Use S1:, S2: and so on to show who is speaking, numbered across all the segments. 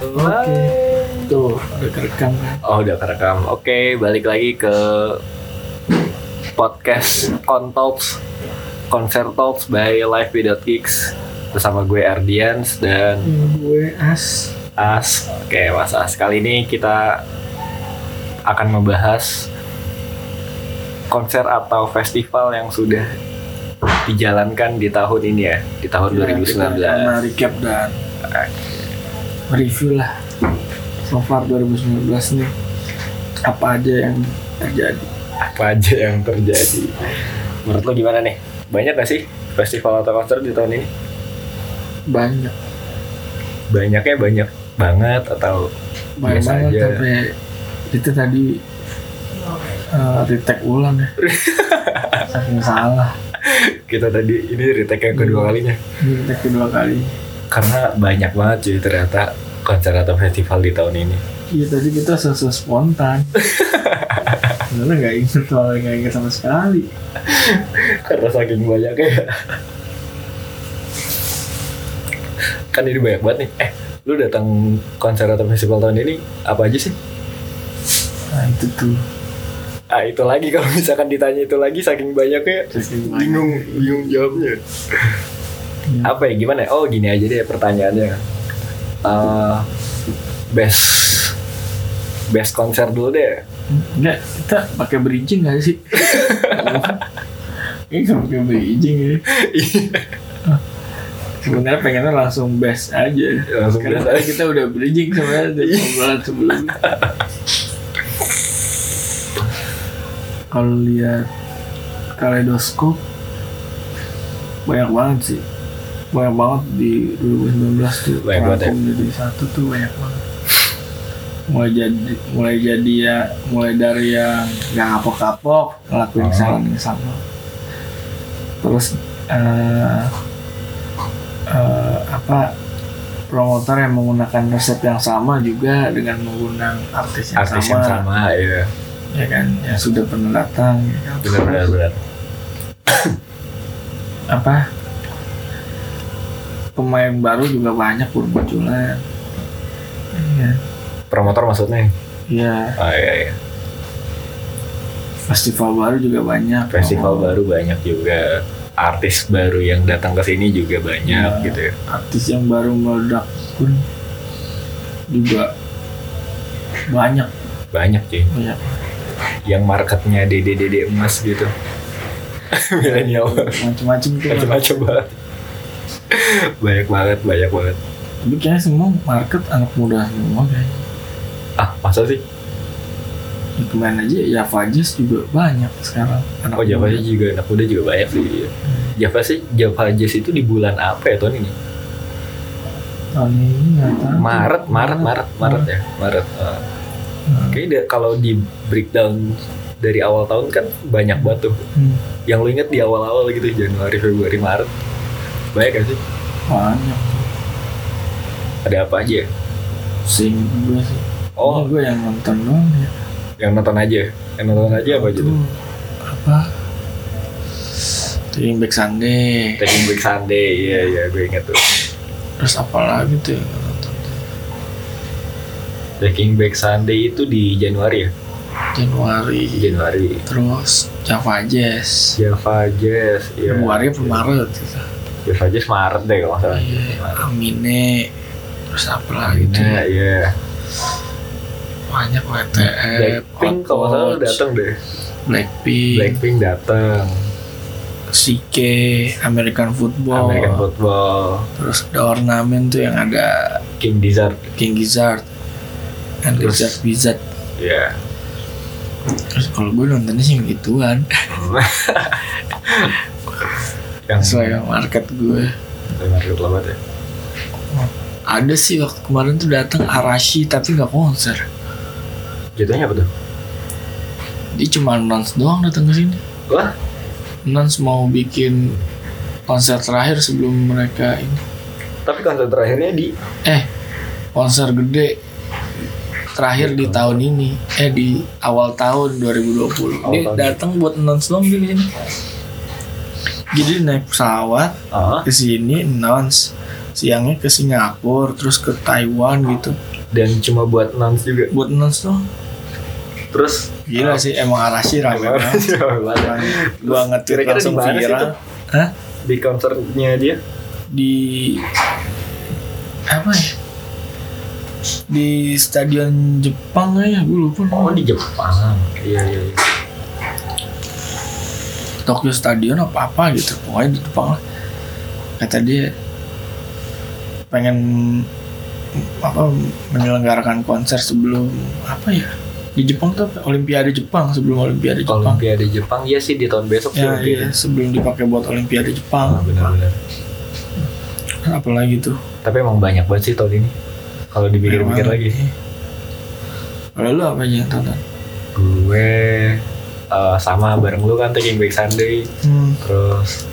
S1: Oke. Tuh, udah kerekam.
S2: Oh udah kerekam. Oke, balik lagi ke podcast Kontops Konser Tops by Live Without Kicks bersama gue Ardians dan
S1: Hmm, Gue As.
S2: As. Oke, Mas As. Kali ini kita akan membahas konser atau festival yang sudah dijalankan di tahun ini ya, di tahun
S1: Iya, Kita
S2: 2019.
S1: akan recap dan eh, review lah. So far 2019 nih apa aja yang terjadi?
S2: Apa aja yang terjadi? Menurut lo gimana nih? Banyak gak sih festival atau konser di tahun ini?
S1: Banyak,
S2: banyaknya banyak banget atau
S1: banyak
S2: Biasa
S1: banget
S2: aja.
S1: sampai itu tadi eh, retake ulang ya. Saking salah.
S2: kita tadi ini retake yang kedua kalinya
S1: Ini retake kedua kali.
S2: karena banyak banget cuy ternyata konser atau festival di tahun ini
S1: Iya tadi kita sesuai spontan. Sebenarnya nggak inget soalnya nggak inget sama sekali.
S2: karena saking banyaknya kan ini banyak banget nih eh lu datang konser atau festival tahun ini apa aja sih
S1: Nah itu tuh.
S2: ah itu lagi kalau misalkan ditanya itu lagi saking banyaknya
S1: Saking banyak.
S2: bingung bingung jawabnya
S1: Ya.
S2: apa ya gimana ya? oh gini aja deh pertanyaannya Eh, best best konser dulu deh
S1: Nggak, kita pakai bridging nggak sih? Ini nggak pakai bridging ya. Sebenarnya pengennya langsung best aja.
S2: Iya, Langsung
S1: Karena
S2: best aja.
S1: kita udah bridging sebenarnya dari obrolan sebelumnya. Kalau lihat kaleidoskop banyak banget sih. Banyak banget di 2019 tuh.
S2: Banyak banget ya.
S1: merangkum Jadi satu tuh banyak banget. Mulai jadi mulai jadi ya mulai dari yang nggak kapok-kapok ngelakuin
S2: Oh.
S1: kesalahan yang sama. Terus eh, eh, apa promotor yang menggunakan resep yang sama juga dengan menggunakan artis yang
S2: artis
S1: sama,
S2: yang sama ya
S1: ya kan yang sudah pernah datang ya kan?
S2: benar benar benar
S1: apa pemain baru juga banyak bermunculan iya
S2: promotor maksudnya
S1: iya
S2: oh iya iya
S1: festival baru juga banyak
S2: festival
S1: Oh,
S2: baru banyak juga artis baru yang datang ke sini juga banyak
S1: Iya.
S2: gitu ya
S1: artis yang baru meledak pun juga banyak
S2: banyak cuy
S1: banyak
S2: yang marketnya dede dede emas gitu milenial
S1: macam-macam tuh
S2: macam-macam banget banyak banget banyak banget
S1: tapi kayaknya semua market anak muda semua kayaknya
S2: ah masa sih
S1: Ya, kemana aja ya Fajis juga banyak sekarang
S2: Oh
S1: anak
S2: Java
S1: muda.
S2: sih juga anak muda juga banyak sih. Iya. Java sih Java Jazz itu di bulan apa ya tahun ini?
S1: tahun ini nggak tahu
S2: Maret, Maret, Maret, Maret ya, Maret. Eh,
S1: Hmm.
S2: Kayaknya da- kalau di breakdown dari awal tahun kan banyak banget tuh.
S1: Hmm,
S2: Yang lo inget di awal-awal gitu Januari, Februari, Maret. Banyak gak sih?
S1: banyak
S2: Ada apa aja? ya?
S1: sing gue sih
S2: Oh,
S1: Ini gue yang nonton doang ya
S2: yang nonton aja. Yang nonton aja apa aja tuh?
S1: Tuh, apa Taking Back Sunday
S2: Taking Back Sunday, iya iya gue inget tuh.
S1: terus apa lagi tuh yang gue nonton
S2: Taking Back Sunday itu di Januari ya?
S1: Januari
S2: Di Januari.
S1: terus Java Jazz
S2: Java Jazz, iya.
S1: Februari apa Maret gitu
S2: Java Jazz Ya, Maret deh kalau nggak salah.
S1: Iya, Ah, gitu. Amine terus apa lagi tuh
S2: Nah, iya.
S1: Eh, banyak WTF
S2: Blackpink kalau nggak salah
S1: Outpost,
S2: datang deh.
S1: Iya. Blackpink
S2: Blackpink datang.
S1: CK American Football
S2: American Football.
S1: terus ada ornamen tuh yang ada
S2: King Desert.
S1: King Gizzard and
S2: Terus-
S1: Lizard Wizard
S2: Ya.
S1: terus kalau gue nontonnya sih yang gituan
S2: Yang
S1: sesuai sama market gue
S2: Market Labat ya.
S1: ada sih waktu kemarin tuh datang Arashi tapi nggak konser
S2: Jatuhnya apa tuh?
S1: dia cuma announce doang datang ke sini
S2: Wah,
S1: announce mau bikin konser terakhir sebelum mereka ini
S2: tapi konser terakhirnya di
S1: eh konser gede
S2: Iya,
S1: terakhir di tahun ini eh di awal tahun 2020
S2: Awal
S1: dia
S2: tahun.
S1: datang buat announce dong gini jadi naik pesawat
S2: ah
S1: ke sini announce siangnya ke Singapura terus ke Taiwan gitu
S2: dan cuma buat announce juga
S1: buat nonton tuh
S2: terus ah,
S1: gila sih emang Arashi rame
S2: Emang rame
S1: banget
S2: banget.
S1: gua nge-tweet
S2: Kira-kira di
S1: langsung
S2: mana sih
S1: viral
S2: tuh?
S1: Hah?
S2: di konsernya dia
S1: di apa ya di stadion Jepang ya gue lupa
S2: oh di Jepang iya iya iya.
S1: Tokyo Stadion apa apa gitu pokoknya di Jepang lah kata dia pengen apa menyelenggarakan konser sebelum apa ya di Jepang tuh apa? Olimpiade Jepang sebelum Olimpiade Jepang
S2: Olimpiade Jepang iya sih di tahun besok
S1: ya
S2: sih Ah,
S1: iya sebelum dipakai buat Olimpiade Jepang
S2: benar-benar
S1: apalagi tuh
S2: tapi emang banyak banget sih tahun ini kalau dipikir-pikir
S1: Emang-
S2: lagi
S1: kalau lu apa aja yang tonton
S2: gue eh, sama bareng lu kan Taking Back Sunday
S1: hmm.
S2: terus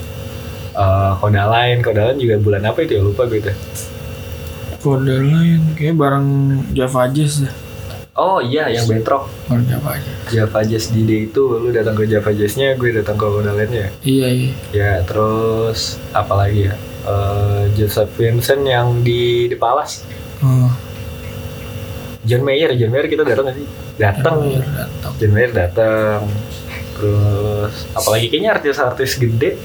S2: eh Koda lain Koda lain juga bulan apa itu ya lupa gue tuh
S1: kode lain kayak bareng Java Jazz deh
S2: oh iya yang bentrok
S1: bareng Java Jazz
S2: Java Jazz di day itu lu datang ke Java Jazznya gue datang ke Koda lainnya
S1: iya iya
S2: ya terus apalagi ya Eh Joseph Vincent yang di The Palace
S1: hmm.
S2: John Mayer John Mayer kita datang nggak sih datang
S1: datang
S2: John Mayer datang terus apalagi kayaknya artis-artis gede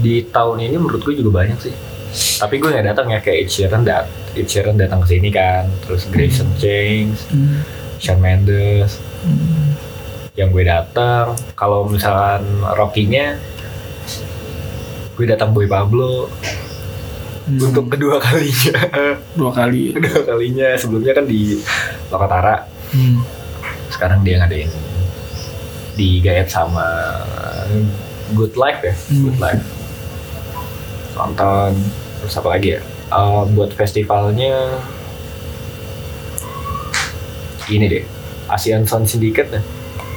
S2: di tahun ini menurut gue juga banyak sih tapi gue nggak datang ya kayak Ed Sheeran dat Ed Sheeran datang ke sini kan terus Grayson James
S1: Hmm.
S2: Shawn Mendes
S1: Hmm.
S2: yang gue datang kalau misalkan rocking-nya gue datang Boy Pablo
S1: Hmm.
S2: untuk kedua kalinya
S1: dua kali ya.
S2: kedua kalinya sebelumnya kan di Lokatara
S1: Hmm.
S2: sekarang dia ngadain digayat sama Good Life ya
S1: Hmm.
S2: Good Life nonton terus apa lagi ya Eh, buat festivalnya ini deh ASEAN Sound Syndicate ya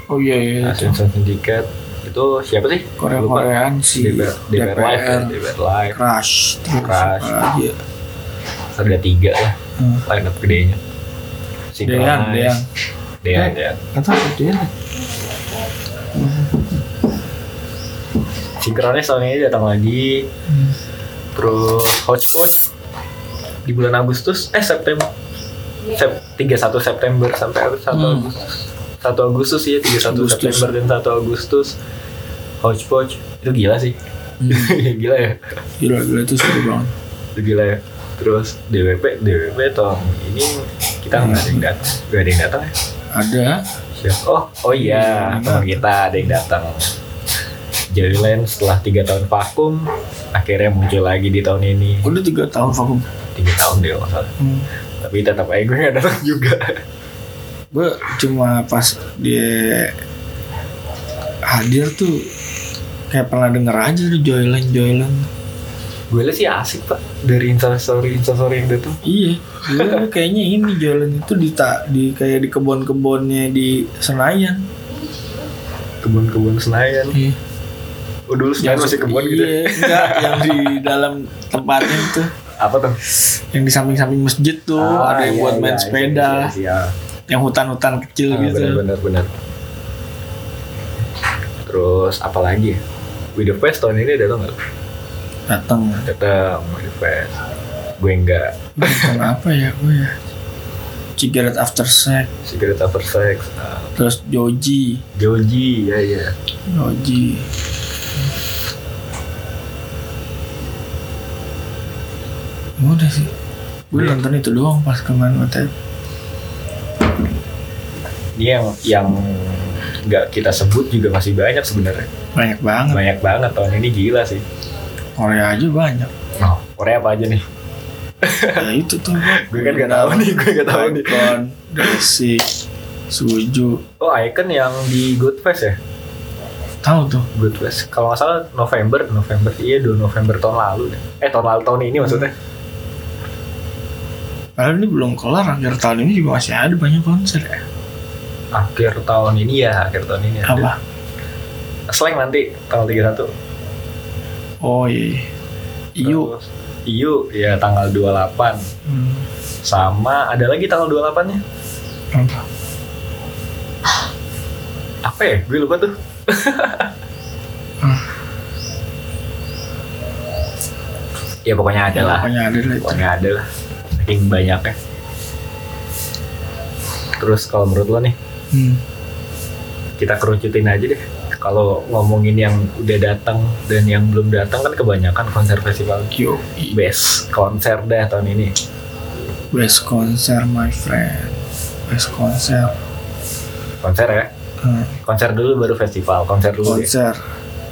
S1: Oh iya iya itu.
S2: ASEAN Sound Syndicate itu siapa sih
S1: Korea
S2: Lupa.
S1: Koreaan si
S2: DPR, DPR Live ya, DPR Live
S1: Crash terus
S2: Crush.
S1: apa lagi ya?
S2: ada tiga lah
S1: Hmm.
S2: line up gedenya
S1: Dean
S2: Synchronize.
S1: Dean
S2: Dean
S1: Eh.
S2: Dean
S1: kata apa Dean
S2: Synchronize tahun ini datang lagi
S1: Hmm.
S2: terus Hodgepodge di bulan Agustus eh September Sep- 31 September sampai 1
S1: Hmm.
S2: Agustus 1 Agustus ya 31
S1: Agustus.
S2: September dan 1 Agustus Hodgepodge itu gila sih
S1: Hmm.
S2: gila ya
S1: gila gila itu seru banget
S2: itu gila ya terus DWP DWP tahun ini kita nggak ada yang datang nggak ada yang datang ya
S1: ada
S2: Siap. oh oh iya teman kita ada yang datang Jerry Lane setelah tiga tahun vakum akhirnya muncul lagi di tahun ini
S1: udah tiga tahun vakum
S2: tiga tahun deh kalau nggak salah
S1: Hmm.
S2: tapi tetap aja gue gak datang juga
S1: gue cuma pas dia hadir tuh kayak pernah denger aja tuh Joyland Joyland
S2: gue liat sih asik pak dari instastory instastory yang datang
S1: iya gue kayaknya ini Joyland itu di tak di kayak di kebun-kebunnya di Senayan
S2: kebun-kebun Senayan
S1: iya
S2: oh dulu Senayan masih kebun gitu
S1: Iya, enggak, yang di dalam tempatnya itu
S2: apa tuh
S1: yang di samping-samping masjid tuh
S2: Ah,
S1: ada yang
S2: iya,
S1: buat
S2: iya,
S1: main
S2: iya,
S1: sepeda
S2: iya, iya.
S1: yang hutan-hutan
S2: Ah,
S1: kecil gitu
S2: benar benar benar terus apa lagi ya With the Fest tahun ini datang nggak
S1: datang
S2: datang With the Fest gue enggak
S1: Bukan apa ya gue ya cigarette after sex
S2: Secret Over Sex ah,
S1: terus Joji
S2: Joji ya ya
S1: Joji udah sih gue
S2: Udah.
S1: nonton itu doang pas kemarin OTP
S2: ini yang yang nggak kita sebut juga masih banyak sebenarnya
S1: banyak banget
S2: banyak banget tahun ini gila sih
S1: Korea aja banyak
S2: Nah, Korea apa aja nih
S1: ya itu tuh
S2: gue kan gak tahu nih gue gak tahu nih
S1: Icon Basic Suju
S2: oh Icon yang di Good Fest ya
S1: tahu tuh
S2: Good Fest kalau nggak salah November November iya 2 November tahun lalu deh eh tahun lalu tahun ini maksudnya
S1: Padahal ini belum kelar akhir tahun ini juga masih ada banyak konser ya.
S2: akhir tahun ini ya akhir tahun ini ada.
S1: Apa?
S2: Slang nanti tanggal 31
S1: Oh iya. iya. Iyo.
S2: Terus, Iyu ya tanggal 28
S1: Hmm.
S2: sama ada lagi tanggal 28 nya
S1: Apa?
S2: apa ya gue lupa tuh
S1: Hmm.
S2: ya pokoknya ada lah
S1: Pokoknya ada lah itu.
S2: pokoknya ada lah saking banyaknya terus kalau menurut lo nih
S1: Hmm.
S2: kita kerucutin aja deh kalau ngomongin yang udah datang dan yang belum datang kan kebanyakan konser festival
S1: Yo,
S2: best konser dah tahun ini
S1: best konser my friend. Best konser.
S2: konser ya
S1: Hmm,
S2: konser dulu baru festival konser dulu deh.
S1: konser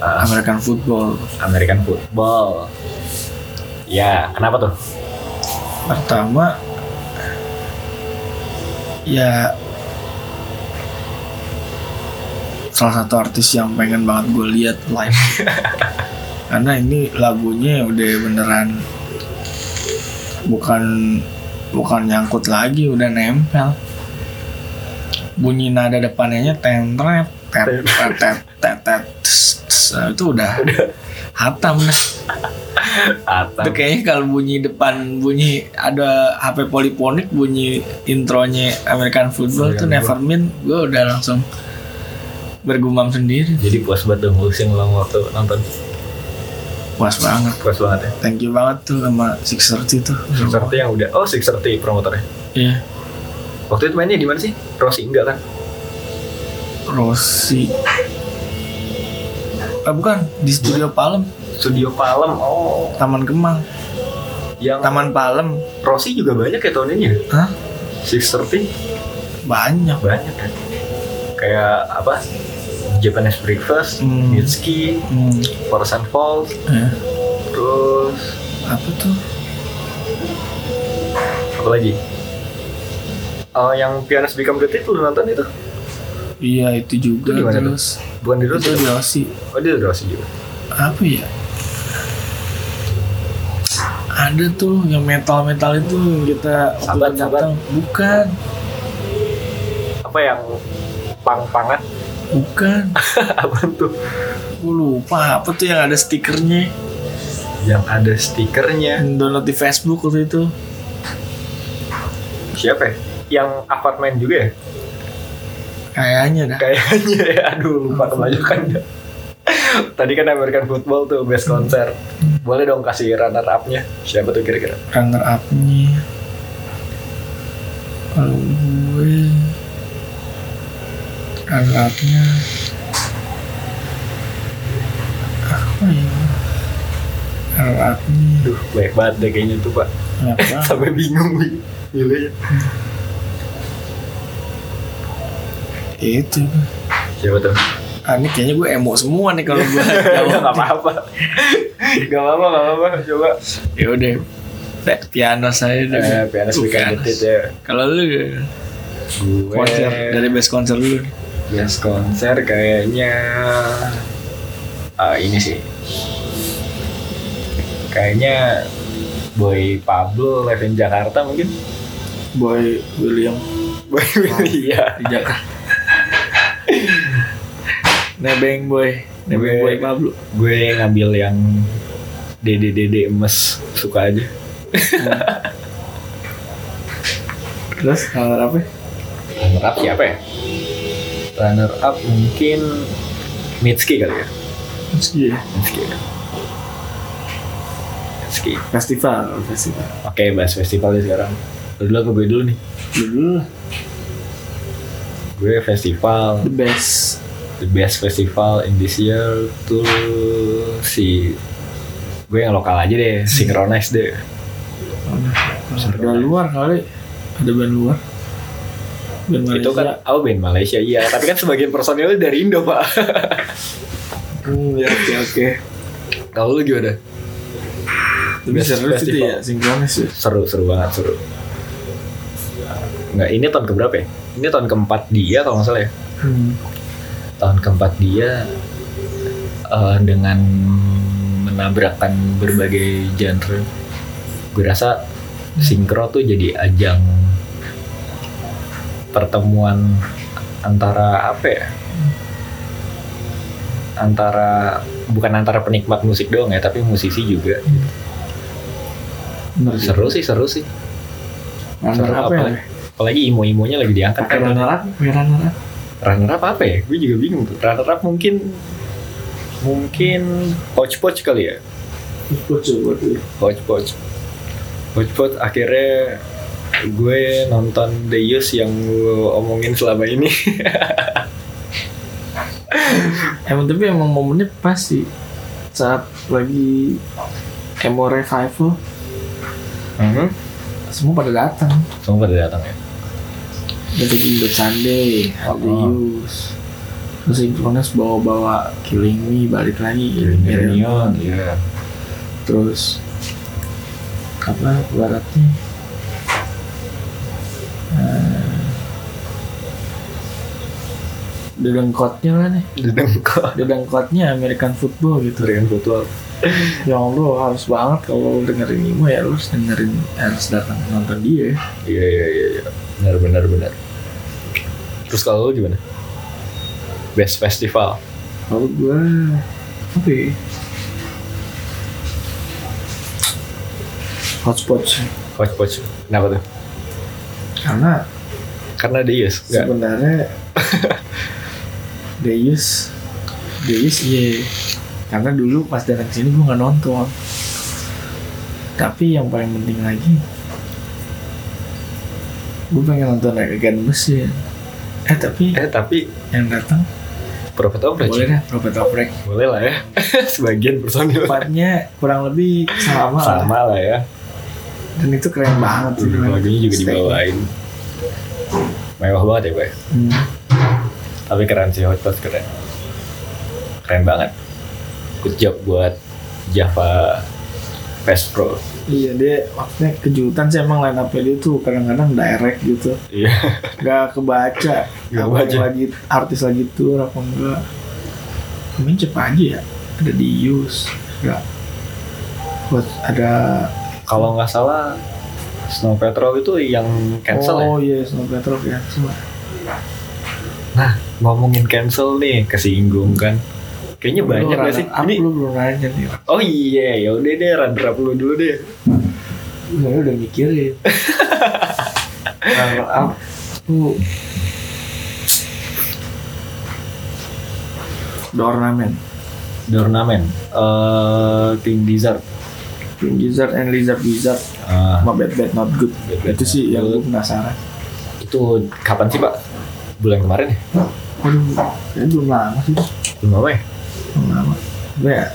S2: Ah,
S1: American football
S2: American football ya kenapa tuh
S1: pertama ya salah satu artis yang pengen banget gue lihat live karena ini lagunya udah beneran bukan bukan nyangkut lagi udah nempel bunyi nada depannya tentret tet tet tet tet tet tss, tss. Nah, itu udah hatam dah itu
S2: atau
S1: kayaknya kalau bunyi depan bunyi ada HP poliponik bunyi intronya American Football tuh
S2: American
S1: Nevermind gue udah langsung bergumam sendiri
S2: jadi puas banget dong ngurusin ulang waktu nonton
S1: puas banget
S2: puas banget ya
S1: thank you banget tuh sama 630 tuh
S2: Six Thirty yang udah oh Six Thirty promotornya
S1: iya
S2: waktu itu mainnya di mana sih Rossi enggak kan
S1: Rossi ah bukan di studio Palem
S2: Studio Palem oh
S1: Taman Kemang
S2: yang
S1: Taman Palem
S2: Rossi juga banyak ya tahun ini ya
S1: Hah?
S2: Six Thirty
S1: banyak
S2: banyak kan kayak apa Japanese Breakfast
S1: Hmm.
S2: Mitski
S1: hmm.
S2: Force and Falls
S1: ya.
S2: terus
S1: apa tuh
S2: apa lagi Oh, yang Pianist Become Beauty itu lu nonton itu?
S1: iya itu juga
S2: Itu di mana tuh?
S1: terus
S2: Bukan di
S1: itu
S2: Rossi?
S1: di Rossi
S2: Oh, di Rossi juga.
S1: apa ya ada tuh yang metal metal itu yang kita waktu
S2: Sabat,
S1: itu
S2: sabat.
S1: datang. bukan
S2: Apa yang pang-pangan?
S1: bukan
S2: apa tuh?
S1: gue lupa apa tuh yang ada stikernya
S2: Yang ada stikernya.
S1: yang download di Facebook waktu itu
S2: Siapa ya? Yang Avat main juga ya?
S1: kayaknya dah
S2: Kayaknya ya. Aduh, lupa kebanyakan ya. Tadi kan American Football tuh best konser.
S1: Hmm.
S2: Boleh dong kasih runner up-nya. Siapa tuh kira-kira?
S1: runner up-nya kalau gue runner up-nya apa ya runner up-nya
S2: Aduh, baik banget deh kayaknya tuh, Pak.
S1: kenapa
S2: Sampai bingung nih. Milihnya.
S1: itu
S2: Siapa tuh?
S1: Ah, ini kayaknya gue emo semua nih kalau gue
S2: Gak
S1: jawab.
S2: apa-apa. Gak apa-apa, gak apa-apa. Coba.
S1: ya udah. Dek, piano saya deh.
S2: Eh, pianis
S1: Tuh,
S2: Become
S1: pianos.
S2: Beauty ya.
S1: Kalau lu
S2: Gue
S1: konser dari best konser dulu.
S2: Yes konser kayaknya eh, ini sih kayaknya Boy Pablo live in Jakarta mungkin
S1: Boy William
S2: Boy Willy ya
S1: di Jakarta. Nebeng boy, nebeng boy
S2: Gue-
S1: Pablo.
S2: gue ngambil yang dede dede emas suka aja
S1: Terus kalau apa?
S2: runner up siapa ya runner up mungkin Mitski kali ya
S1: Meski ya.
S2: Mitski Mitski
S1: Festival, festival.
S2: oke bahas festivalnya sekarang Lu dulu aku gue dulu nih
S1: Dulu
S2: gue festival
S1: the best.
S2: the best festival in this year tuh si gue yang lokal aja deh synchronize deh
S1: Ada luar kali, ada band luar. Band
S2: itu
S1: Malaysia.
S2: kan oh band Malaysia iya tapi kan sebagian personilnya dari Indo pak
S1: Hmm, ya, oke oke.
S2: kalau lu gimana
S1: Tapi
S2: Best
S1: seru sih itu
S2: festival.
S1: ya, sinkronis ya.
S2: seru seru banget seru nggak ini tahun keberapa ya ini tahun keempat dia kalau nggak salah ya
S1: Hmm.
S2: tahun keempat dia eh, dengan menabrakkan berbagai genre gue rasa sinkro tuh jadi ajang pertemuan antara apa ya antara bukan antara penikmat musik doang ya tapi musisi juga
S1: Bener sih.
S2: seru sih seru sih
S1: Runner
S2: Seru
S1: up
S2: apa
S1: ya?
S2: ya? apalagi imo-imonya lagi diangkat
S1: Pakai
S2: kan
S1: runner up, pakai runner up.
S2: runner up apa ya? Gue juga bingung tuh. Runner up mungkin mungkin pouch pouch kali ya.
S1: ikut coba dulu
S2: hodgepodge hodgepodge akhirnya gue nonton The Use yang lo omongin selama ini
S1: emang tapi emang momennya pas sih saat lagi emo revival
S2: Mhm.
S1: semua pada datang
S2: semua pada datang ya
S1: dari Good Sunday ada
S2: Oh.
S1: use terus Synchronous bawa-bawa Killing Me balik lagi Killing Me Reunion.
S2: iya
S1: terus apa baratnya Eh, dedengkotnya lah nih
S2: dengkot
S1: dedengkotnya American football gitu
S2: dengan foto
S1: Ya Allah, harus banget kalau dengerin Imo ya lu harus dengerin harus datang nonton dia.
S2: iya iya iya iya. benar benar benar terus kalau lo gimana best festival
S1: Kalau gua apa ya? Hotspot sih.
S2: hodgepodge kenapa tuh
S1: Karena
S2: karena The Use Nggak.
S1: sebenarnya Deus Deus iya. Karena dulu pas datang sini gua nggak nonton. Tapi yang paling penting lagi gua pengen nonton Again Mesin. Eh tapi
S2: eh tapi
S1: yang datang
S2: Prophet of
S1: boleh
S2: Rage
S1: dah Prophet of Rage.
S2: boleh lah ya sebagian personil
S1: tempatnya kurang lebih sama, lah.
S2: sama lah ya
S1: dan itu keren banget sih
S2: lagunya juga dibawain mewah banget ya gue
S1: Hmm.
S2: tapi keren sih Hot Fuzz keren keren banget good job buat Java Fest Pro
S1: iya dia maksudnya kejutan sih emang line up-nya dia tuh kadang-kadang direct gitu
S2: iya
S1: gak kebaca
S2: Nggak
S1: Apa
S2: kebaca.
S1: yang lagi artis lagi tour apa enggak main cepat aja ya ada di use enggak buat ada
S2: kalau nggak salah Snow Patrol itu yang cancel ya
S1: oh iya Snow Patrol cancel
S2: nah ngomongin cancel nih kesinggung kan kayaknya banyak
S1: Lu
S2: gak sih
S1: runner up,
S2: ini
S1: lu belum nanya nih
S2: oh iya ya udah deh runner up lu dulu deh
S1: Gue udah mikirin Runner up tuh The Ornament
S2: The Ornament eh Team Desert
S1: Green Gizzard and Lizard Wizard
S2: Ah,
S1: sama Bad Bad Not Good
S2: Bad Bad
S1: Itu
S2: Not
S1: sih yang
S2: Good.
S1: gue penasaran
S2: itu kapan sih pak bulan kemarin ya
S1: Waduh, ini belum lama sih
S2: belum lama ya
S1: Belum lama Tapi ya,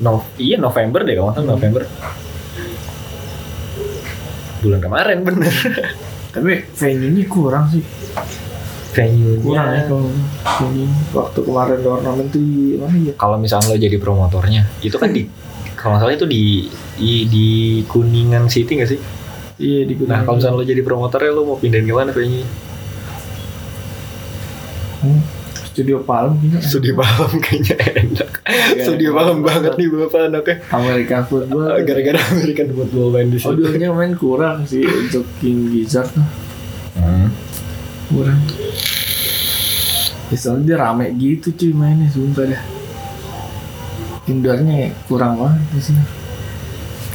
S2: No, iya November deh kalau nggak
S1: Hmm.
S2: salah November. Bulan kemarin bener.
S1: tapi venue ini kurang sih
S2: Venue
S1: Kurang ya kalau venue ini. Waktu kemarin The Ornament tuh di mana ya
S2: Kalau misalnya lo jadi promotornya, itu kan di kalau nggak salah itu di di, di Kuningan City nggak sih?
S1: Iya di Gunung
S2: Nah kalau misalnya lo jadi promotornya lo mau pindahin ke mana venue?
S1: Hmm, Studio Palm gitu
S2: Studio Palem kayaknya enak.
S1: Iya,
S2: Studio Palem banget nih bapak anaknya.
S1: American Football
S2: Gara-gara American football main di situ.
S1: Audionya main kurang sih untuk King Gizzard tuh
S2: Hmm.
S1: kurang. Ya soalnya dia rame gitu cuy mainnya sumpah dah. Indoornya kurang banget di sini.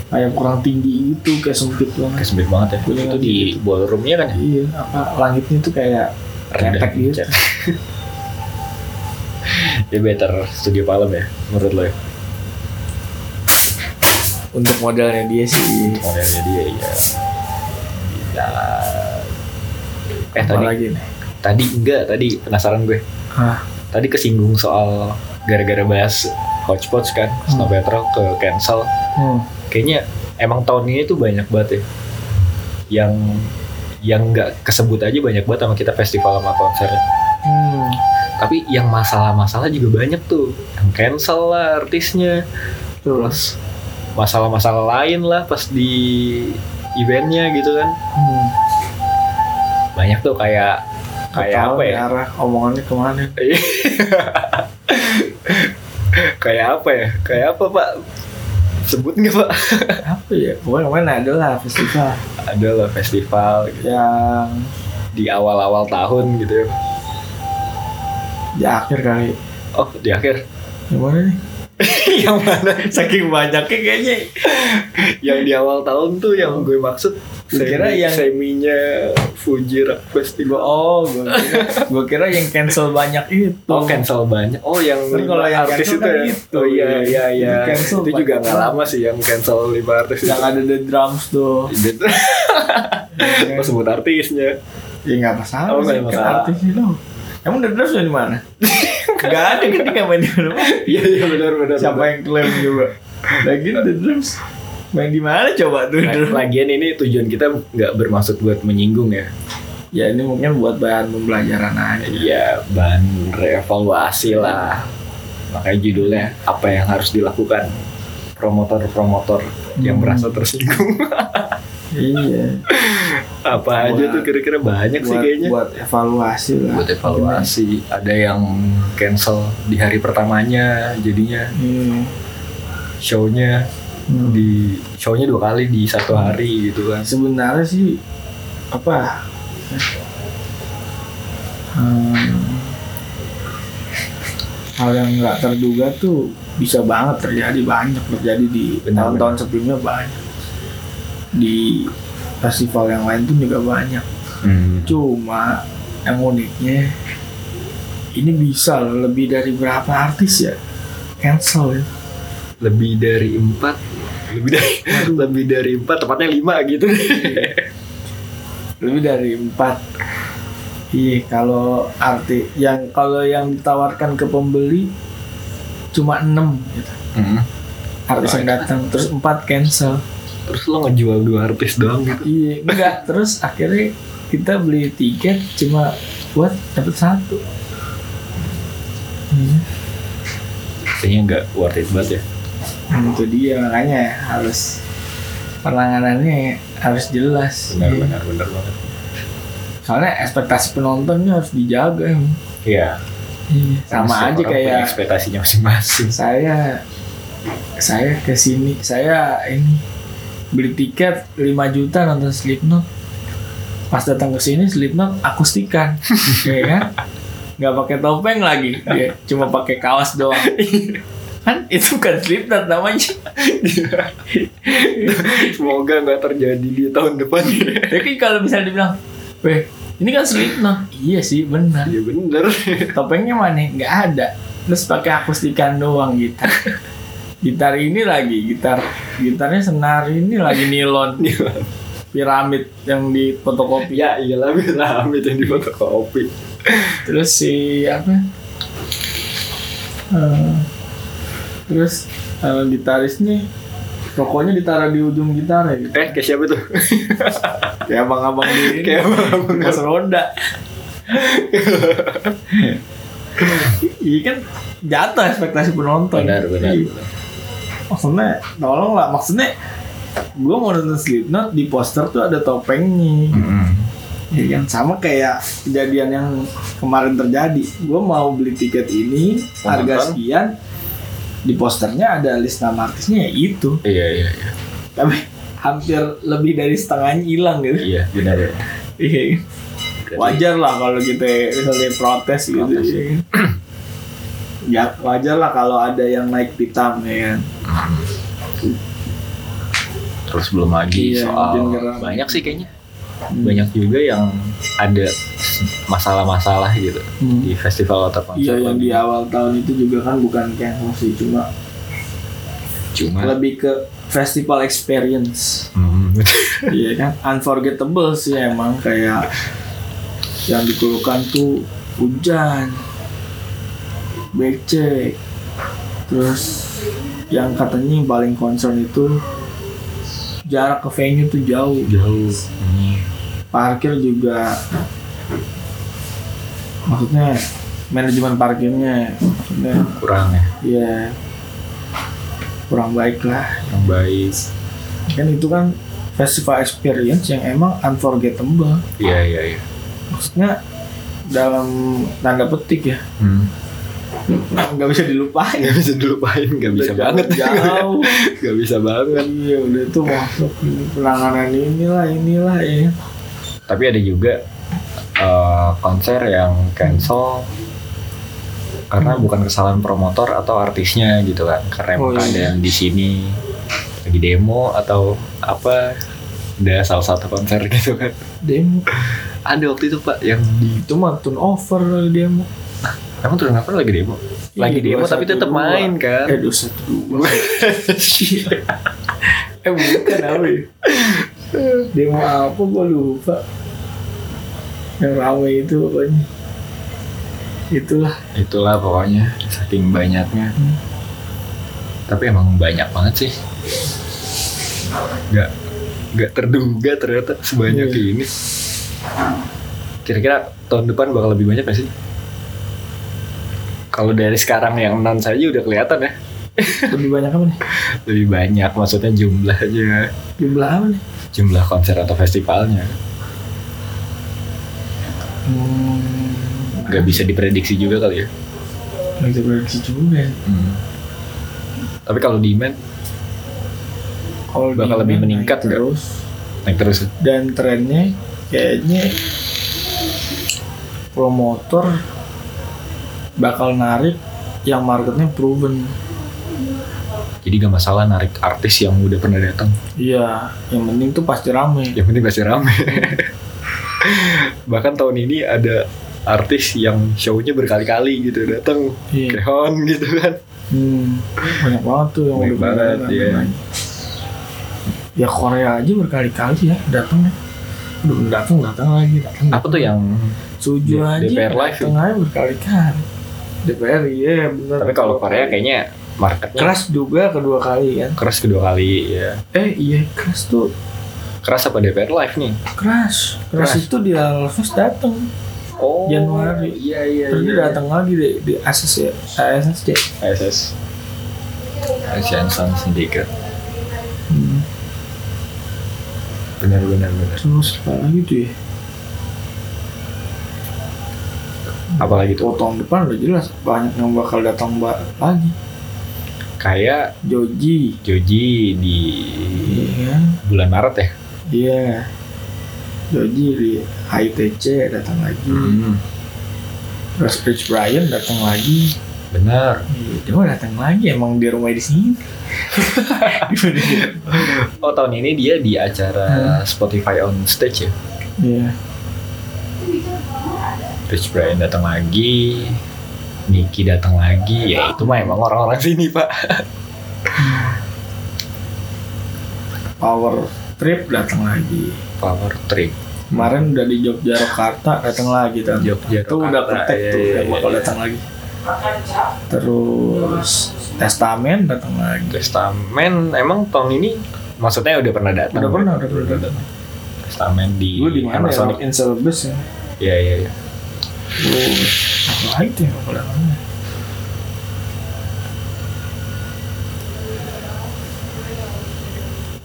S1: Kayak kurang tinggi gitu kayak sempit
S2: Kayak
S1: banget.
S2: sempit banget ya.
S1: Kuningan
S2: Itu di ballroomnya kan ya?
S1: Iya, apa langitnya tuh kayak
S2: Rendah.
S1: retak gitu.
S2: Dia better Studio Palem ya menurut lo ya?
S1: Untuk modalnya dia sih.
S2: modelnya dia ya bisa eh
S1: Apa
S2: tadi
S1: lagi nih?
S2: tadi enggak tadi penasaran gue
S1: Hah,
S2: tadi kesinggung soal gara-gara bahas hotspots kan Snow Patrol ke cancel
S1: hmm.
S2: kayaknya emang tahun ini tuh banyak banget ya yang yang nggak kesebut aja banyak banget sama kita festival sama konser
S1: Hmm.
S2: tapi yang masalah-masalah juga banyak tuh yang cancel lah artisnya
S1: Terus.
S2: plus masalah-masalah lain lah pas di eventnya gitu kan
S1: Hmm.
S2: banyak tuh kayak kayak
S1: Tahu
S2: apa
S1: nih
S2: ya
S1: Arah omongannya kemana?
S2: kayak apa ya kayak apa pak sebut nggak pak
S1: apa ya? Pokoknya kemarin ada lah festival
S2: ada lah festival gitu.
S1: yang
S2: di awal-awal tahun gitu ya
S1: di akhir kali.
S2: oh di akhir
S1: Yang mana nih?
S2: yang mana saking banyaknya kayaknya yang di awal tahun tuh yang gue maksud
S1: Gue kira
S2: semi-
S1: yang-
S2: seminya Fuji Rock Festival oh,
S1: Oh, gue kira, gua kira yang cancel banyak itu.
S2: cancel banyak oh yang
S1: Kan
S2: lima
S1: kalau yang
S2: artis
S1: cancel
S2: itu
S1: kan
S2: ya
S1: gitu.
S2: oh iya iya iya
S1: Di cancel
S2: itu juga
S1: banyak. kan?
S2: nggak lama sih yang cancel lima artis
S1: Yang ada the drums tuh.
S2: itu
S1: Iya,
S2: Pas
S1: kan?
S2: sebut artisnya
S1: Ya nggak masalah.
S2: Oh, nggak
S1: sih,
S2: masalah.
S1: kan Artis itu. Emang the drums dari mana? Gak ada kan dia nggak main di mana.
S2: iya iya benar benar
S1: Siapa yang klaim juga? Lagi the drums main di mana coba tuh the drums?
S2: lagian ini tujuan kita nggak bermaksud buat menyinggung ya
S1: Ya ini mungkin buat bahan pembelajaran aja.
S2: Iya, bahan revaluasi lah. Makanya judulnya apa yang harus dilakukan promotor-promotor yang
S1: Hmm.
S2: merasa tersinggung.
S1: Iya.
S2: apa aja
S1: Buat-
S2: tuh kira-kira banyak sih
S1: Buat,
S2: kayaknya.
S1: buat evaluasi lah.
S2: Buat evaluasi, ada yang cancel di hari pertamanya, jadinya
S1: Hmm.
S2: show-nya
S1: Hmm.
S2: di show-nya dua kali di satu hari gitu kan.
S1: sebenarnya sih apa hmm, hal yang nggak terduga tuh bisa banget terjadi banyak terjadi di
S2: Benar,
S1: tahun-tahun sebelumnya banyak di festival yang lain pun juga banyak
S2: Hmm.
S1: cuma yang uniknya ini bisa loh lebih dari berapa artis ya cancel ya
S2: Lebih dari empat, lebih dari lebih dari empat, tepatnya lima gitu.
S1: lebih dari empat iya kalau arti yang kalau yang ditawarkan ke pembeli cuma enam gitu.
S2: Hmm.
S1: artis yang datang terus empat cancel
S2: Terus lo ngejual dua artis doang gitu.
S1: iya enggak terus akhirnya kita beli tiket cuma buat dapat satu Iya.
S2: kayaknya nggak worth it banget ya
S1: Hmm, itu dia makanya harus penanganannya harus jelas
S2: benar
S1: Iya.
S2: benar benar banget
S1: soalnya ekspektasi penontonnya harus dijaga emang.
S2: iya
S1: Iya,
S2: Setiap
S1: sama aja
S2: orang
S1: kayak
S2: punya ekspektasinya masing-masing
S1: saya saya ke sini saya ini beli tiket 5 juta nonton Slipknot pas datang ke sini Slipknot akustikan ya kan nggak pakai topeng lagi dia cuma pakai kaos doang kan itu bukan Slipknot namanya
S2: semoga nggak terjadi di tahun depan ya
S1: tapi kalau misalnya dibilang weh ini kan Slipknot iya sih benar
S2: bener
S1: topengnya mana nggak ada terus pakai akustikan doang gitar gitar ini lagi gitar gitarnya senar ini lagi nilon piramid yang di fotokopi
S2: ya iyalah lah yang di fotokopi
S1: terus si apa Eh, terus eh, gitaris nih rokoknya ditaruh di ujung gitar ya gitu.
S2: eh kayak siapa tuh
S1: kayak abang-abang di ini
S2: kayak abang-abang.
S1: bekas ronda iya kan jatuh ekspektasi penonton
S2: Hmm.
S1: Iya. maksudnya tolong lah maksudnya gue mau nonton Slipknot di poster tuh ada topengnya
S2: Hmm.
S1: ya kan sama kayak kejadian yang kemarin terjadi gue mau beli tiket ini harga
S2: Penonton.
S1: sekian di posternya ada list nama artisnya ya itu
S2: iya iya iya
S1: tapi hampir lebih dari setengahnya hilang gitu
S2: iya benar ya
S1: Iya. wajar lah kalau kita misalnya protes gitu
S2: Protes. iya.
S1: ya kan? ya wajar lah kalau ada yang naik pitam ya kan
S2: terus belum lagi
S1: Iya,
S2: soal
S1: mungkin karena-
S2: banyak sih kayaknya
S1: Hmm.
S2: banyak juga yang ada masalah-masalah gitu
S1: Hmm.
S2: di festival atau konser
S1: Iya yang di awal tahun itu juga kan bukan cancel sih cuma
S2: cuma
S1: lebih ke festival experience.
S2: Hmm.
S1: Iya kan unforgettable sih emang kayak yang dikeluhkan tuh hujan, becek, terus yang katanya yang paling concern itu jarak ke venue tuh jauh,
S2: jauh Hmm.
S1: parkir juga maksudnya manajemen parkirnya maksudnya
S2: kurang ya
S1: ya kurang baik lah
S2: yang baik
S1: kan itu kan festival experience yang emang unforgettable
S2: iya iya iya
S1: maksudnya dalam tanda petik ya
S2: hmm.
S1: nggak bisa dilupain
S2: nggak bisa dilupain nggak Iya, bisa
S1: Udah
S2: banget
S1: jauh
S2: nggak bisa banget
S1: iya udah itu masuk ini penanganan inilah inilah ya
S2: tapi ada juga eh, konser yang cancel karena bukan kesalahan promotor atau artisnya gitu kan karena emang
S1: Oh, iya.
S2: keadaan di sini lagi demo atau apa udah salah satu konser gitu kan
S1: demo
S2: ada waktu itu pak yang di
S1: itu mah turnover kali demo
S2: emang turun apa lagi demo lagi
S1: Iya,
S2: demo tapi
S1: 212.
S2: tetap main kan
S1: eh dua satu dua eh bukan apa ya demo apa gua lupa yang ramai itu pokoknya itulah
S2: itulah pokoknya saking banyaknya
S1: Hmm.
S2: tapi emang banyak banget sih nggak nggak terduga ternyata sebanyak
S1: Iya.
S2: ini kira-kira tahun depan bakal lebih banyak gak sih kalau dari sekarang yang non saja udah kelihatan ya
S1: lebih banyak apa nih
S2: lebih banyak maksudnya jumlahnya
S1: jumlah apa nih
S2: jumlah konser atau festivalnya
S1: hmm,
S2: nggak bisa diprediksi juga kali ya
S1: nggak bisa prediksi juga
S2: tapi kalau demand
S1: Kalau
S2: Bakal
S1: demand
S2: lebih
S1: naik
S2: meningkat nggak?
S1: terus
S2: naik terus
S1: dan trennya kayaknya promotor bakal narik yang marketnya proven
S2: jadi gak masalah narik artis yang udah pernah datang
S1: iya yang penting tuh pasti rame
S2: yang penting pasti rame bahkan tahun ini ada artis yang show-nya berkali-kali gitu datang
S1: iya
S2: Kehon gitu kan
S1: hmm, banyak banget tuh yang
S2: Banyak
S1: udah pada
S2: banget,
S1: datang.
S2: iya.
S1: ya Korea aja berkali-kali ya datangnya udah datang datang lagi datang
S2: apa tuh yang
S1: Suju
S2: D-
S1: aja
S2: DPR live ya?
S1: datang aja berkali-kali DPR iya bener
S2: tapi kalau Korea kayaknya marketnya
S1: keras juga kedua kali kan
S2: keras kedua kali ya
S1: eh iya keras tuh
S2: keras apa DPR Live nih
S1: Crash.
S2: Crash.
S1: Crash itu di Alves datang.
S2: oh
S1: Januari.
S2: iya iya
S1: Terus dia datang lagi di, di ASSC. ASSC.
S2: SS Asian Sound Syndicate
S1: Hmm.
S2: benar benar benar
S1: Terus apa lagi tuh ya?
S2: apalagi tuh
S1: Tuh, tahun depan udah jelas banyak yang bakal datang ba- lagi.
S2: kayak
S1: Joji.
S2: Joji di
S1: Iya.
S2: bulan Maret ya
S1: Iya. Joji di HITC datang lagi. Terus Rich Brian datang lagi.
S2: benar
S1: Iya, Dia mah datang lagi emang di rumah di sini. Gimana dia?
S2: Oh tahun ini dia di acara Spotify on stage ya.
S1: Iya.
S2: Rich Brian datang lagi, Nicky datang lagi. Ya itu mah emang orang-orang sini pak.
S1: Power Trip datang lagi.
S2: Power Trip.
S1: Kemarin udah di Jogja Jakarta datang lagi kan.
S2: Jogja.
S1: itu udah ketek
S2: iya,
S1: tuh yang bakal datang lagi terus testamen datang lagi
S2: Testamen emang tahun ini maksudnya udah pernah datang.
S1: udah pernah udah pernah datang
S2: Testamen di
S1: lu di mana ya
S2: Panasonic.
S1: in service ya
S2: Iya iya iya.
S1: lu apa lagi tuh ya? yang bakal datang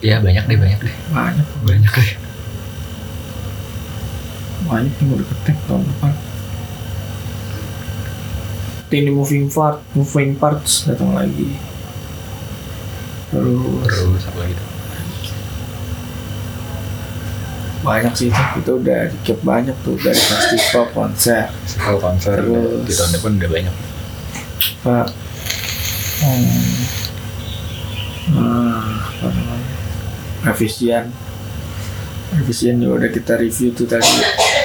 S2: Iya banyak deh banyak deh
S1: banyak
S2: banyak deh.
S1: banyak yang udah ketek tahun depan ini moving part moving parts datang lagi terus
S2: Terus apa lagi tuh?
S1: banyak sih itu itu udah dikit banyak tuh dari festival konser
S2: Festival konser
S1: Terus.
S2: di tahun depan udah banyak.
S1: Pak hmm, eh, apa namanya revisian revisian juga udah kita review tuh tadi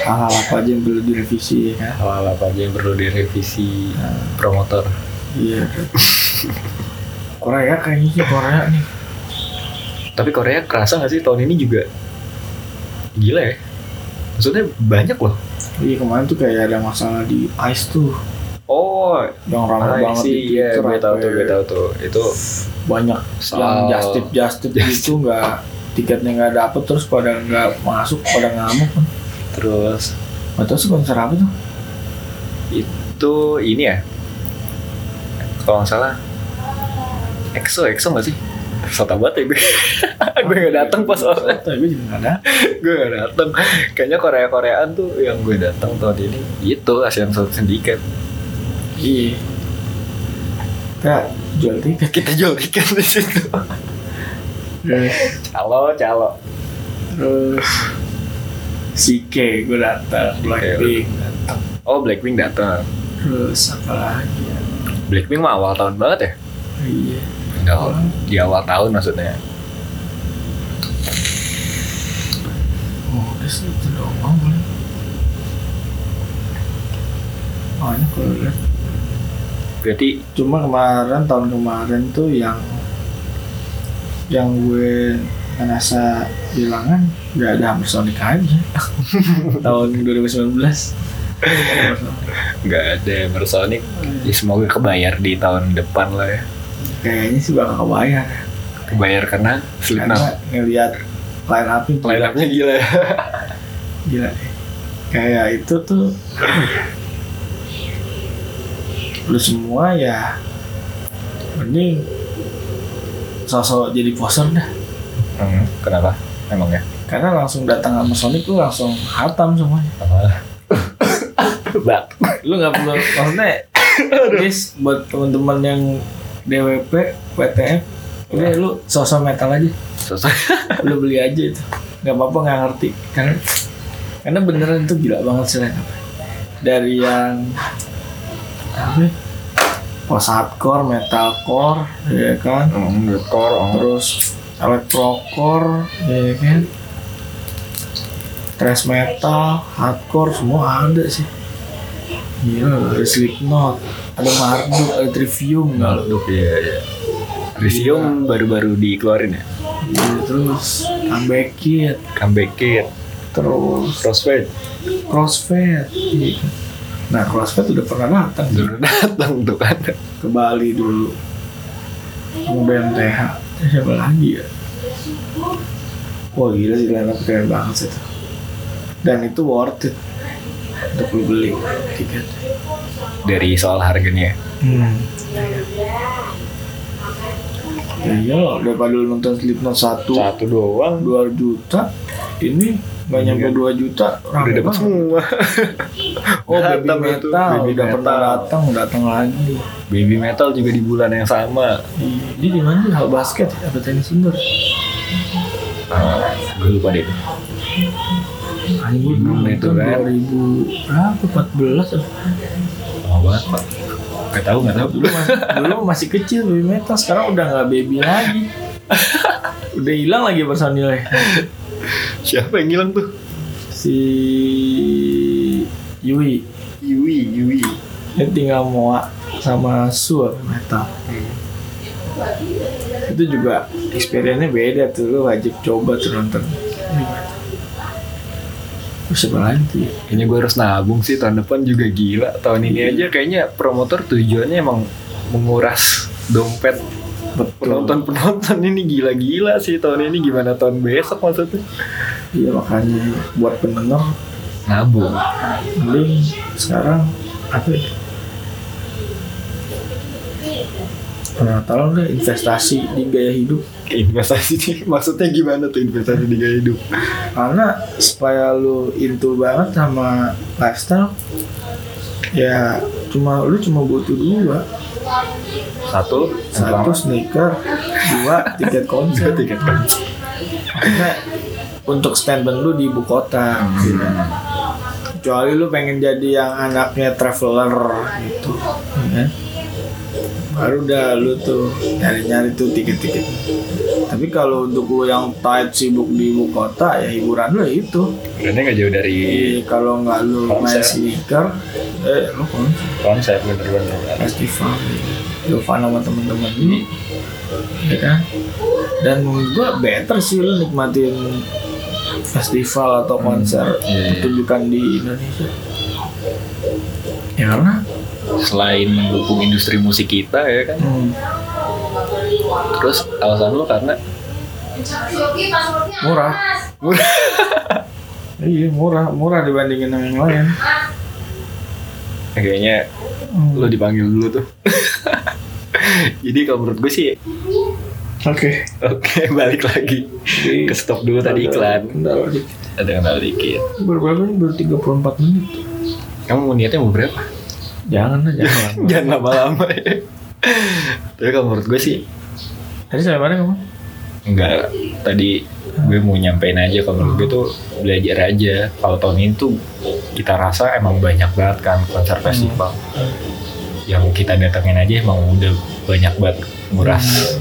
S1: hal-hal apa aja yang perlu direvisi ya kan
S2: Hal-hal apa aja yang perlu direvisi Nah, promotor?
S1: iya Korea kayaknya sih Korea nih
S2: Tapi Korea kerasa nggak sih tahun ini juga gila ya? Maksudnya banyak loh.
S1: iya kemarin tuh kayak ada masalah di ICE tuh
S2: Oh,
S1: yang
S2: I
S1: ramai banget
S2: see.
S1: di
S2: Iya,
S1: Twitter
S2: gue tahu tuh,
S1: apa ya.
S2: gue tahu tuh. Itu
S1: banyak yang
S2: soal
S1: justip justip itu nggak tiketnya nggak dapet terus pada nggak masuk pada ngamuk kan
S2: terus
S1: nggak tahu sih konser apa tuh
S2: itu ini ya. Kalau nggak salah EXO, EXO nggak sih? Sota banget ya gue. gue nggak datang pas soalnya.
S1: Tapi Iya. gue juga nggak ada
S2: gue nggak datang. Kayaknya Korea Koreaan tuh yang gue datang tahun ini. Itu ASEAN Sound Syndicate.
S1: Iya. Kita jual tiket.
S2: Kita jual tiket di situ. Calo, calo.
S1: Terus si K gue datang Blackpink datang.
S2: Oh Blackpink datang.
S1: terus apa lagi ya?
S2: Blackpink mah awal tahun banget ya?
S1: Iya.
S2: Udah, di awal tahun maksudnya.
S1: Oh, udah sih itu doang boleh. Oh, ini kalau lihat.
S2: Berarti
S1: Cuma kemarin tahun kemarin tuh yang yang gue ngerasa bilangan nggak ada Hammersonic aja tahun 2019
S2: nggak ada Emersonic. Ya, semoga kebayar di tahun depan lah ya.
S1: kayaknya sih bakal kebayar
S2: Kebayar karena Slipknot.
S1: karena ngeliat line up
S2: Line up-nya gila ya.
S1: gila deh. kayak itu tuh lu semua ya mending sosok jadi poser dah
S2: Hmm, kenapa? Emang ya?
S1: karena langsung datang sama Sonic lu langsung hatam semuanya
S2: Bak.
S1: lu nggak perlu maksudnya guys buat teman-teman yang DWP PTF udah lu sosok metal aja
S2: Sosok.
S1: lu beli aja itu nggak apa-apa nggak ngerti karena karena beneran itu gila banget sih line up. dari yang apa ya, post hardcore metalcore ya kan
S2: Hmm, Deadcore. oh.
S1: terus electrocore ya kan thrash metal hardcore semua ada sih Gila, ada Slipknot, ada Marduk, ada Trivium, nggak lu?
S2: Aduh, iya, iya. Risium baru-baru dikeluarin ya?
S1: Iya, terus Comeback Kid,
S2: Comeback Kid.
S1: terus
S2: Crossfade.
S1: crossfit gitu. nah crossfit udah pernah datang tuh
S2: Baru datang tuh kan.
S1: ke Bali dulu sama BMTH Terus siapa lagi ya wah gila sih line up keren banget sih itu dan itu worth it untuk lu beli tiket
S2: Dari soal harganya.
S1: hmm. ya iyalah daripada lu nonton Slipknot satu
S2: doang.
S1: dua juta ini nggak nyampe dua juta
S2: Udah
S1: rame
S2: dapat
S1: banget.
S2: semua.
S1: Oh, baby
S2: Datang
S1: metal,
S2: itu, baby
S1: udah pernah
S2: metal.
S1: datang, datang lagi.
S2: Baby metal juga di bulan yang sama.
S1: Jadi di mana hal basket ya? Apa tenis indoor?
S2: gue Nah, lupa deh.
S1: Anjing
S2: Bingung Nah, itu
S1: itu
S2: kan.
S1: 2000 berapa? 14 apa?
S2: Lama banget pak. Gak tau gak tau.
S1: Dulu masih, dulu masih kecil baby metal, sekarang udah nggak baby lagi. Udah hilang lagi personilnya.
S2: Siapa yang ngilang tuh?
S1: Si Yui,
S2: Yui, Yui.
S1: dia tinggal Moa sama Su apa, metal. Itu juga experience-nya beda tuh, lu wajib coba tuh nonton. Terus siapa lagi tuh ya?
S2: Kayaknya gue harus nabung sih tahun depan juga gila. Tahun ini aja kayaknya promotor tujuannya emang menguras dompet penonton-penonton ini gila-gila sih tahun ini gimana tahun besok maksudnya
S1: Iya makanya buat pendengar
S2: nabung
S1: mending sekarang apa ya? Nah, tolong deh investasi di gaya hidup
S2: investasi sih maksudnya gimana tuh investasi di gaya hidup
S1: karena supaya lu into banget sama lifestyle ya cuma lu cuma butuh dua
S2: satu
S1: satu sneaker dua tiket konser
S2: tiket
S1: karena untuk statement lu di ibu kota gitu. kecuali lu pengen jadi yang anaknya traveler gitu ya
S2: Iya.
S1: kan? baru dah lu tuh nyari-nyari tuh tiket-tiket tapi kalau untuk lu yang tight sibuk di ibu kota ya hiburan lu ya itu
S2: sebenarnya nggak jauh dari
S1: Jadi kalau nggak lu
S2: Iya.
S1: main
S2: Konser.
S1: sneaker eh lu konser
S2: konsep bener-bener
S1: festival lu fan sama temen-temen ini ya kan dan menurut gua better sih lu nikmatin festival atau konser
S2: iya, iya.
S1: pertunjukan di Indonesia ya karena
S2: selain mendukung industri musik kita ya kan
S1: hmm,
S2: terus alasan lu karena
S1: murah iya murah murah dibandingin sama yang lain
S2: kayaknya
S1: Hmm.
S2: lu dipanggil dulu tuh jadi kalau menurut gue sih
S1: oke
S2: oke balik lagi ke stop dulu tadi iklan
S1: bentar lagi
S2: ada kenal dikit
S1: berapa ini baru 34 menit
S2: kamu niatnya mau berapa
S1: jangan lah jangan
S2: jangan lama-lama ya. tapi kalau menurut gue sih
S1: tadi sampai mana kamu
S2: enggak tadi gue mau nyampein aja kalau menurut gue tuh belajar aja kalau tahun ini tuh kita rasa emang banyak banget kan konser festival yang kita datengin aja emang udah banyak banget nguras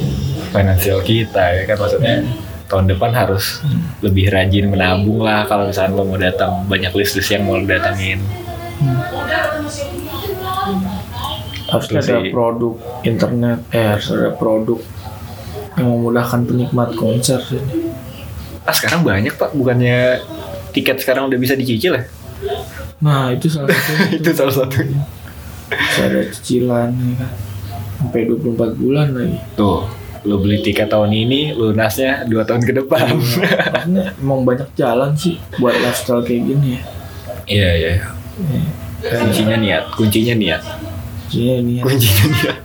S2: finansial kita ya kan maksudnya tahun depan harus lebih rajin menabung lah kalau misalnya lo mau datang banyak list-list yang mau lo datengin
S1: harus
S2: Itu
S1: ada
S2: sih.
S1: produk internet eh harus ada produk yang memudahkan penikmat konser sih.
S2: ah sekarang banyak pak bukannya tiket sekarang udah bisa dicicil ya
S1: nah itu salah satu
S2: itu salah satunya
S1: Terus ada cicilan ya kan sampai 24 bulan lagi
S2: tuh lo beli tiket tahun ini lunasnya dua tahun ke depan
S1: maksudnya emang banyak jalan sih buat lifestyle kayak gini ya Eh,
S2: iya iya kuncinya niat kuncinya niat
S1: jadi ini ya.
S2: kuncinya niat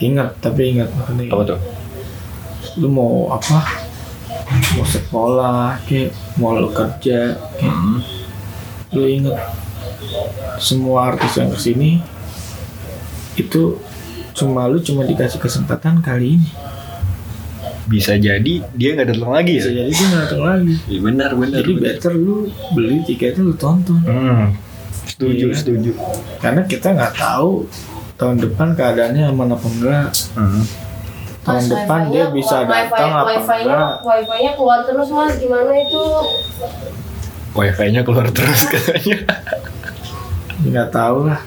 S1: ingat tapi ingat makanya
S2: apa tuh
S1: lu mau apa mau sekolah kayak mau lu kerja kayak,
S2: Hmm.
S1: lu inget semua artis yang kesini itu cuma lu cuma dikasih kesempatan kali ini
S2: bisa jadi dia nggak datang lagi ya
S1: bisa jadi dia nggak datang lagi
S2: Iya, benar benar
S1: jadi
S2: benar.
S1: better lu beli tiketnya lu tonton
S2: hmm. setuju
S1: Iya.
S2: setuju
S1: karena kita nggak tahu tahun depan keadaannya aman apa enggak
S2: hmm.
S1: tahun
S3: Mas,
S1: depan
S3: wifi-nya
S1: dia
S3: keluar-
S1: bisa datang apa
S3: wifi-nya
S1: enggak
S3: wifi-nya keluar terus mas gimana itu
S2: wifi nya keluar terus katanya
S1: nggak tahu lah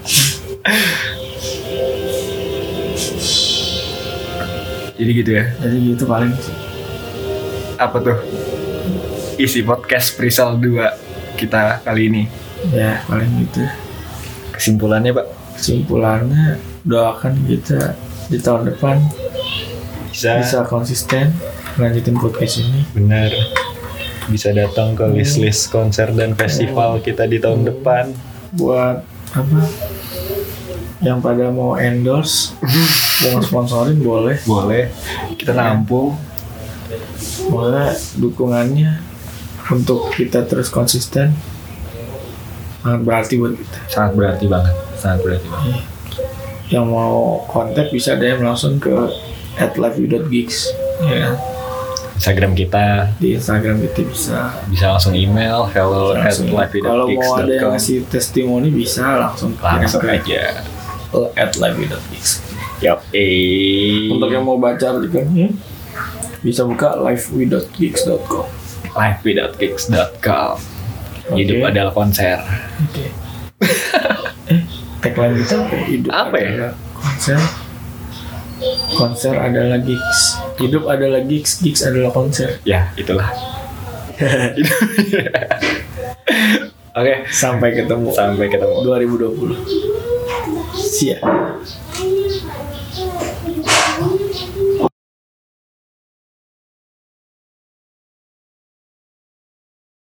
S2: jadi gitu ya
S1: jadi gitu paling sih
S2: apa tuh isi podcast Prisal 2 kita kali ini
S1: ya paling gitu
S2: kesimpulannya pak
S1: kesimpulannya doakan kita di tahun depan
S2: bisa,
S1: bisa konsisten lanjutin podcast ini
S2: benar bisa datang ke list list konser dan festival kita di tahun depan
S1: buat apa yang pada mau endorse mau sponsorin boleh
S2: boleh kita nampung
S1: boleh dukungannya untuk kita terus konsisten sangat berarti buat kita
S2: sangat berarti banget sangat berarti banget
S1: yang mau kontak bisa DM langsung ke @liveu.gigs ya kan?
S2: Instagram kita
S1: di Instagram kita bisa
S2: bisa langsung email hello at
S1: Langsung. kalau mau ada yang ngasih testimoni bisa langsung kirim
S2: langsung
S1: ke
S2: aja
S1: at liveu.gigs
S2: yap eh
S1: Untuk yang mau baca artikelnya bisa buka livewe.geeks.com.
S2: live.kicks.com
S1: Oke.
S2: hidup adalah konser
S1: Oke. eh, tagline kita apa? ya? Hidup
S2: Apa ya?
S1: adalah konser. Konser adalah gigs. Hidup adalah gigs, gigs adalah konser.
S2: ya itulah oke
S1: Sampai ketemu
S2: sampai ketemu
S1: 2020. Siap.